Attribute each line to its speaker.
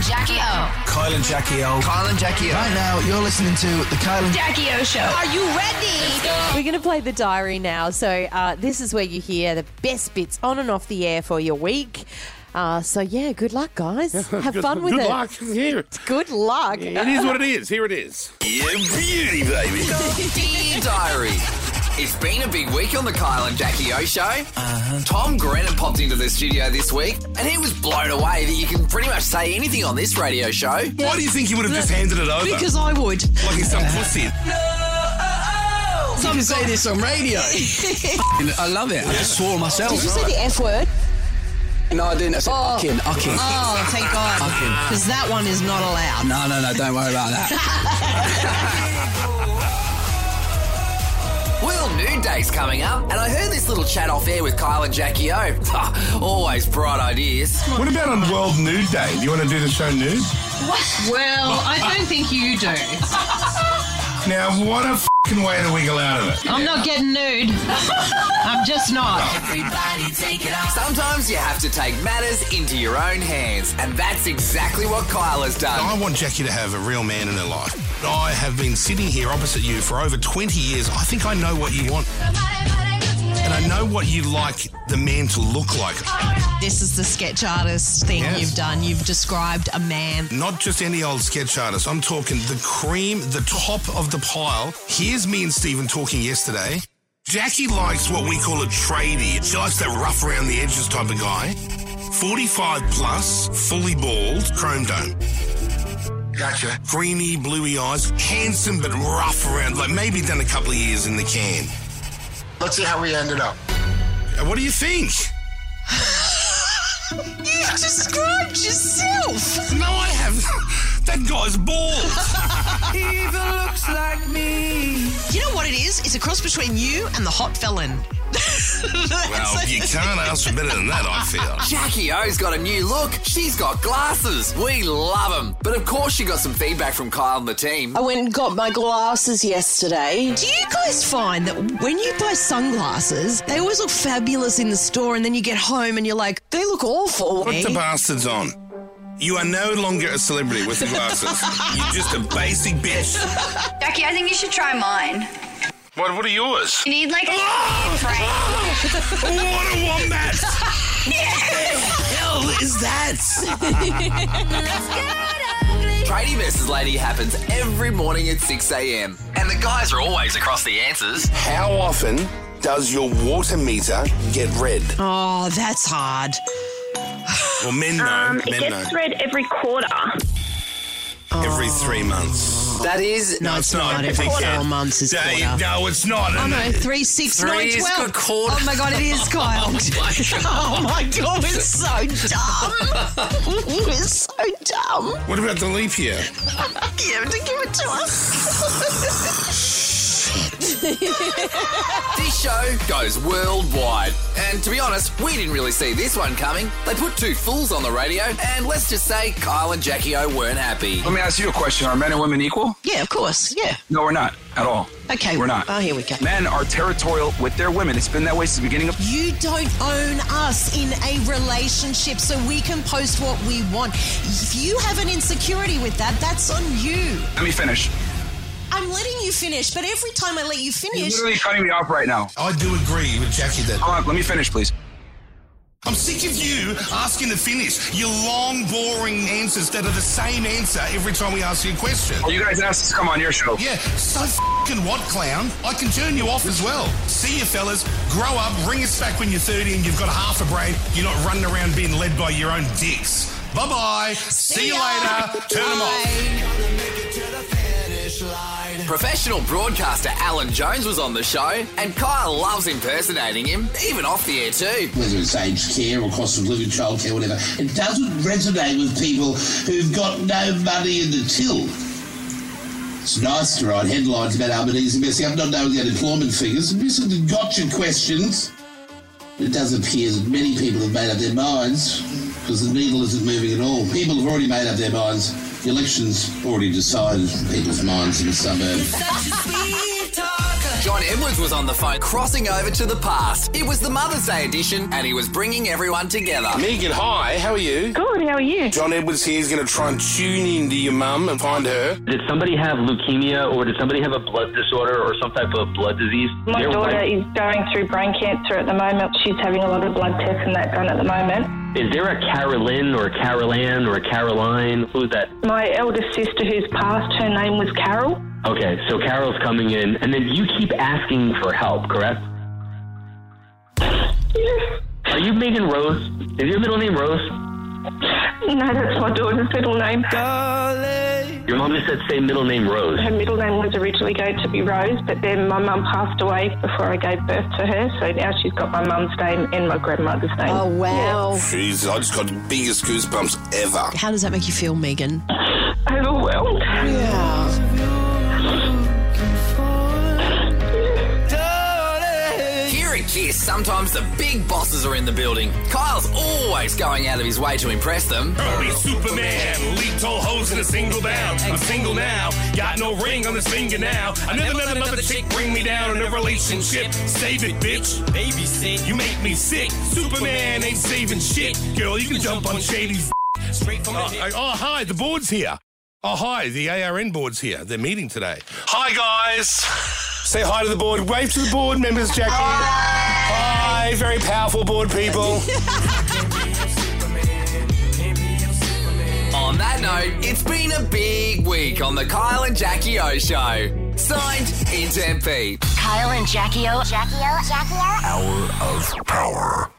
Speaker 1: Jackie O.
Speaker 2: Kyle and Jackie O.
Speaker 3: Kyle and Jackie O.
Speaker 2: Right now, you're listening to the Kyle and
Speaker 1: Jackie O Show. Are you ready?
Speaker 4: We're going to play the diary now. So, uh, this is where you hear the best bits on and off the air for your week. Uh, so, yeah, good luck, guys. Have fun with
Speaker 5: Good
Speaker 4: it.
Speaker 5: luck. Here.
Speaker 4: Good luck.
Speaker 5: It is what it is. Here it is.
Speaker 3: Yeah, beauty, baby. Dear Diary. It's been a big week on the Kyle and Jackie O show. Tom Grennan popped into the studio this week, and he was blown away that you can pretty much say anything on this radio show.
Speaker 2: Why do you think he would have just handed it over?
Speaker 6: Because I would.
Speaker 2: like he's some pussy.
Speaker 6: Some
Speaker 2: You say this on radio. I love it. I just swore myself.
Speaker 4: Did you say the F word?
Speaker 6: No, I didn't. I said, oh.
Speaker 2: Fucking, fucking.
Speaker 6: oh, thank God.
Speaker 2: Fucking.
Speaker 6: Because that one is not allowed.
Speaker 2: No, no, no, don't worry about that.
Speaker 3: Well, Nude Day's coming up, and I heard this little chat off air with Kyle and Jackie O. Always bright ideas.
Speaker 7: What about on World Nude Day? Do you want to do the show nude?
Speaker 6: Well, I don't think you do.
Speaker 7: Now, what a fing way to wiggle out of it.
Speaker 6: I'm not getting nude. I'm just not.
Speaker 3: Sometimes you have to take matters into your own hands, and that's exactly what Kyle has done.
Speaker 2: I want Jackie to have a real man in her life. I have been sitting here opposite you for over 20 years. I think I know what you want. And I know what you like the man to look like.
Speaker 6: This is the sketch artist thing
Speaker 2: Yes.
Speaker 6: you've done. You've described a man.
Speaker 2: Not just any old sketch artist. I'm talking the cream, the top of the pile. Here's me and Stephen talking yesterday. Jackie likes what we call a tradie. She likes that rough around the edges type of guy. 45 plus, fully bald, chrome dome. Gotcha. Greeny, bluey eyes, handsome but rough around, like maybe done a couple of years in the can.
Speaker 7: Let's see how we ended up.
Speaker 2: Uh, What do you think?
Speaker 6: You've described yourself.
Speaker 2: No, I have. that guy's bald.
Speaker 6: You know what it is? It's a cross between you and the hot felon.
Speaker 2: well, you can't ask for better than that, I feel.
Speaker 3: Jackie O's got a new look. She's got glasses. We love 'em. But of course, she got some feedback from Kyle and the team.
Speaker 4: I went and got my glasses yesterday.
Speaker 6: Do you guys find that when you buy sunglasses, they always look fabulous in the store, and then you get home and you're like, they look awful?
Speaker 2: Put the bastards on. You are no longer a celebrity with the glasses. You're just a basic bitch.
Speaker 8: Jackie, I think you should try mine.
Speaker 2: What, what are yours?
Speaker 8: You need like a right?
Speaker 2: what a wombat!
Speaker 6: hell is that?
Speaker 3: Tradie versus Lady happens every morning at 6 a.m. And the guys are always across the answers.
Speaker 2: How often does your water meter get red?
Speaker 6: Oh, that's hard.
Speaker 2: Well, men know.
Speaker 9: Um, it
Speaker 2: men know.
Speaker 9: gets read every quarter.
Speaker 2: Every three months.
Speaker 3: That is.
Speaker 6: No, it's, not.
Speaker 2: I
Speaker 6: Every
Speaker 2: think
Speaker 6: four
Speaker 2: that-
Speaker 6: months is
Speaker 2: Dave,
Speaker 6: quarter.
Speaker 2: No, it's not.
Speaker 6: Oh no, three, six,
Speaker 3: Three
Speaker 6: nine,
Speaker 3: is
Speaker 6: twelve.
Speaker 3: a quarter.
Speaker 6: Oh my god, it is Kyle. oh my god, we're so dumb. we're so dumb.
Speaker 2: What about the leap year?
Speaker 6: You have to give it to us.
Speaker 3: This show goes worldwide. And to be honest, we didn't really see this one coming. They put two fools on the radio, and let's just say Kyle and Jackie O weren't happy.
Speaker 10: Let me ask you a question. Are men and women equal?
Speaker 6: yeah, of course. Yeah.
Speaker 10: No, we're not at all.
Speaker 6: Okay.
Speaker 10: We're not.
Speaker 6: Oh, here we go.
Speaker 10: Men are territorial with their women. It's been that way since the beginning of.
Speaker 6: You don't own us in a relationship, so we can post what we want. If you have an insecurity with that, that's on you.
Speaker 10: Let me finish.
Speaker 6: I'm letting you finish, but every time I let you
Speaker 10: You're
Speaker 6: finish,
Speaker 10: literally cutting me off right now.
Speaker 2: I do agree with Jackie that
Speaker 10: Hold on. Let me finish, please.
Speaker 2: I'm sick of you asking to finish your long, boring answers that are the same answer every time we ask you a question.
Speaker 10: Well, you guys asked us to come on your show.
Speaker 2: Yeah, so fing what, clown? I can turn you off as well. See you, fellas. Grow up, ring us back when you're 30 and you've got half a brain. You're not running around being led by your own dicks. Bye bye. See, you
Speaker 6: ya.
Speaker 2: later. Turn them off.
Speaker 3: Professional broadcaster Alan Jones was on the show, and Kyle loves impersonating him, even off the air too.
Speaker 11: whether it's aged care or cost of living, childcare, whatever, it doesn't resonate with people who've got no money in the till. It's nice to write headlines about Albanese messing up, not knowing the unemployment figures, and missing the gotcha questions. It does appear that many people have made up their minds because the needle isn't moving at all. People have already made up their minds. The election's already decided people's minds in the suburbs.
Speaker 1: Such a sweet talker.
Speaker 3: John Edwards was on the phone crossing over to the past. It was the Mother's Day edition and he was bringing everyone together.
Speaker 12: Megan, hi, how are you?
Speaker 9: Good, how are you?
Speaker 12: John Edwards here is going to try and tune in to your mum and find her.
Speaker 11: Did somebody have leukemia or did somebody have a blood disorder or some type of blood disease?
Speaker 9: My
Speaker 11: Their
Speaker 9: daughter
Speaker 11: wife-
Speaker 9: is going through brain cancer at the moment. She's having a lot of blood tests and that done at the moment.
Speaker 11: Is there a Carolyn or a Carolan or a Caroline? Who's that?
Speaker 9: My eldest sister who's passed, her name was Carol.
Speaker 11: Okay, so Carol's coming in, and then you keep asking for help, correct? Are you Megan Rose? Is your middle name Rose?
Speaker 9: No, that's my daughter's middle name.
Speaker 11: Your mom just said say middle name Rose.
Speaker 9: Her middle name was originally going to be Rose, but then my mum passed away before I gave birth to her, so now she's got my mum's name and my grandmother's name.
Speaker 6: Oh, wow.
Speaker 13: Jeez, I just got the biggest goosebumps ever.
Speaker 6: How does that make you feel, Megan?
Speaker 9: Overwhelmed.
Speaker 3: Here at KISS, sometimes the big bosses are in the building. Kyle's always going out of his way to impress them.
Speaker 2: Be Superman, leaked all hoes in a single bound. I'm single now, got no ring on this finger now. I never let another chick bring me down in a relationship. Save it, bitch. Babysit, you make me sick. Superman ain't saving shit. Girl, you can jump on Shady's straight from
Speaker 12: Oh, oh, hi, the board's here. Oh, hi, the ARN board's here. They're meeting today.
Speaker 2: Hi, guys.
Speaker 12: Say hi to the board. Wave to the board members, Jackie. Hi, very powerful board people.
Speaker 3: On that note, it's been a big week on the Kyle and Jackie O Show. Signed, it's MP.
Speaker 14: Kyle and Jackie O. Jackie O. Jackie O.
Speaker 3: Hour of Power.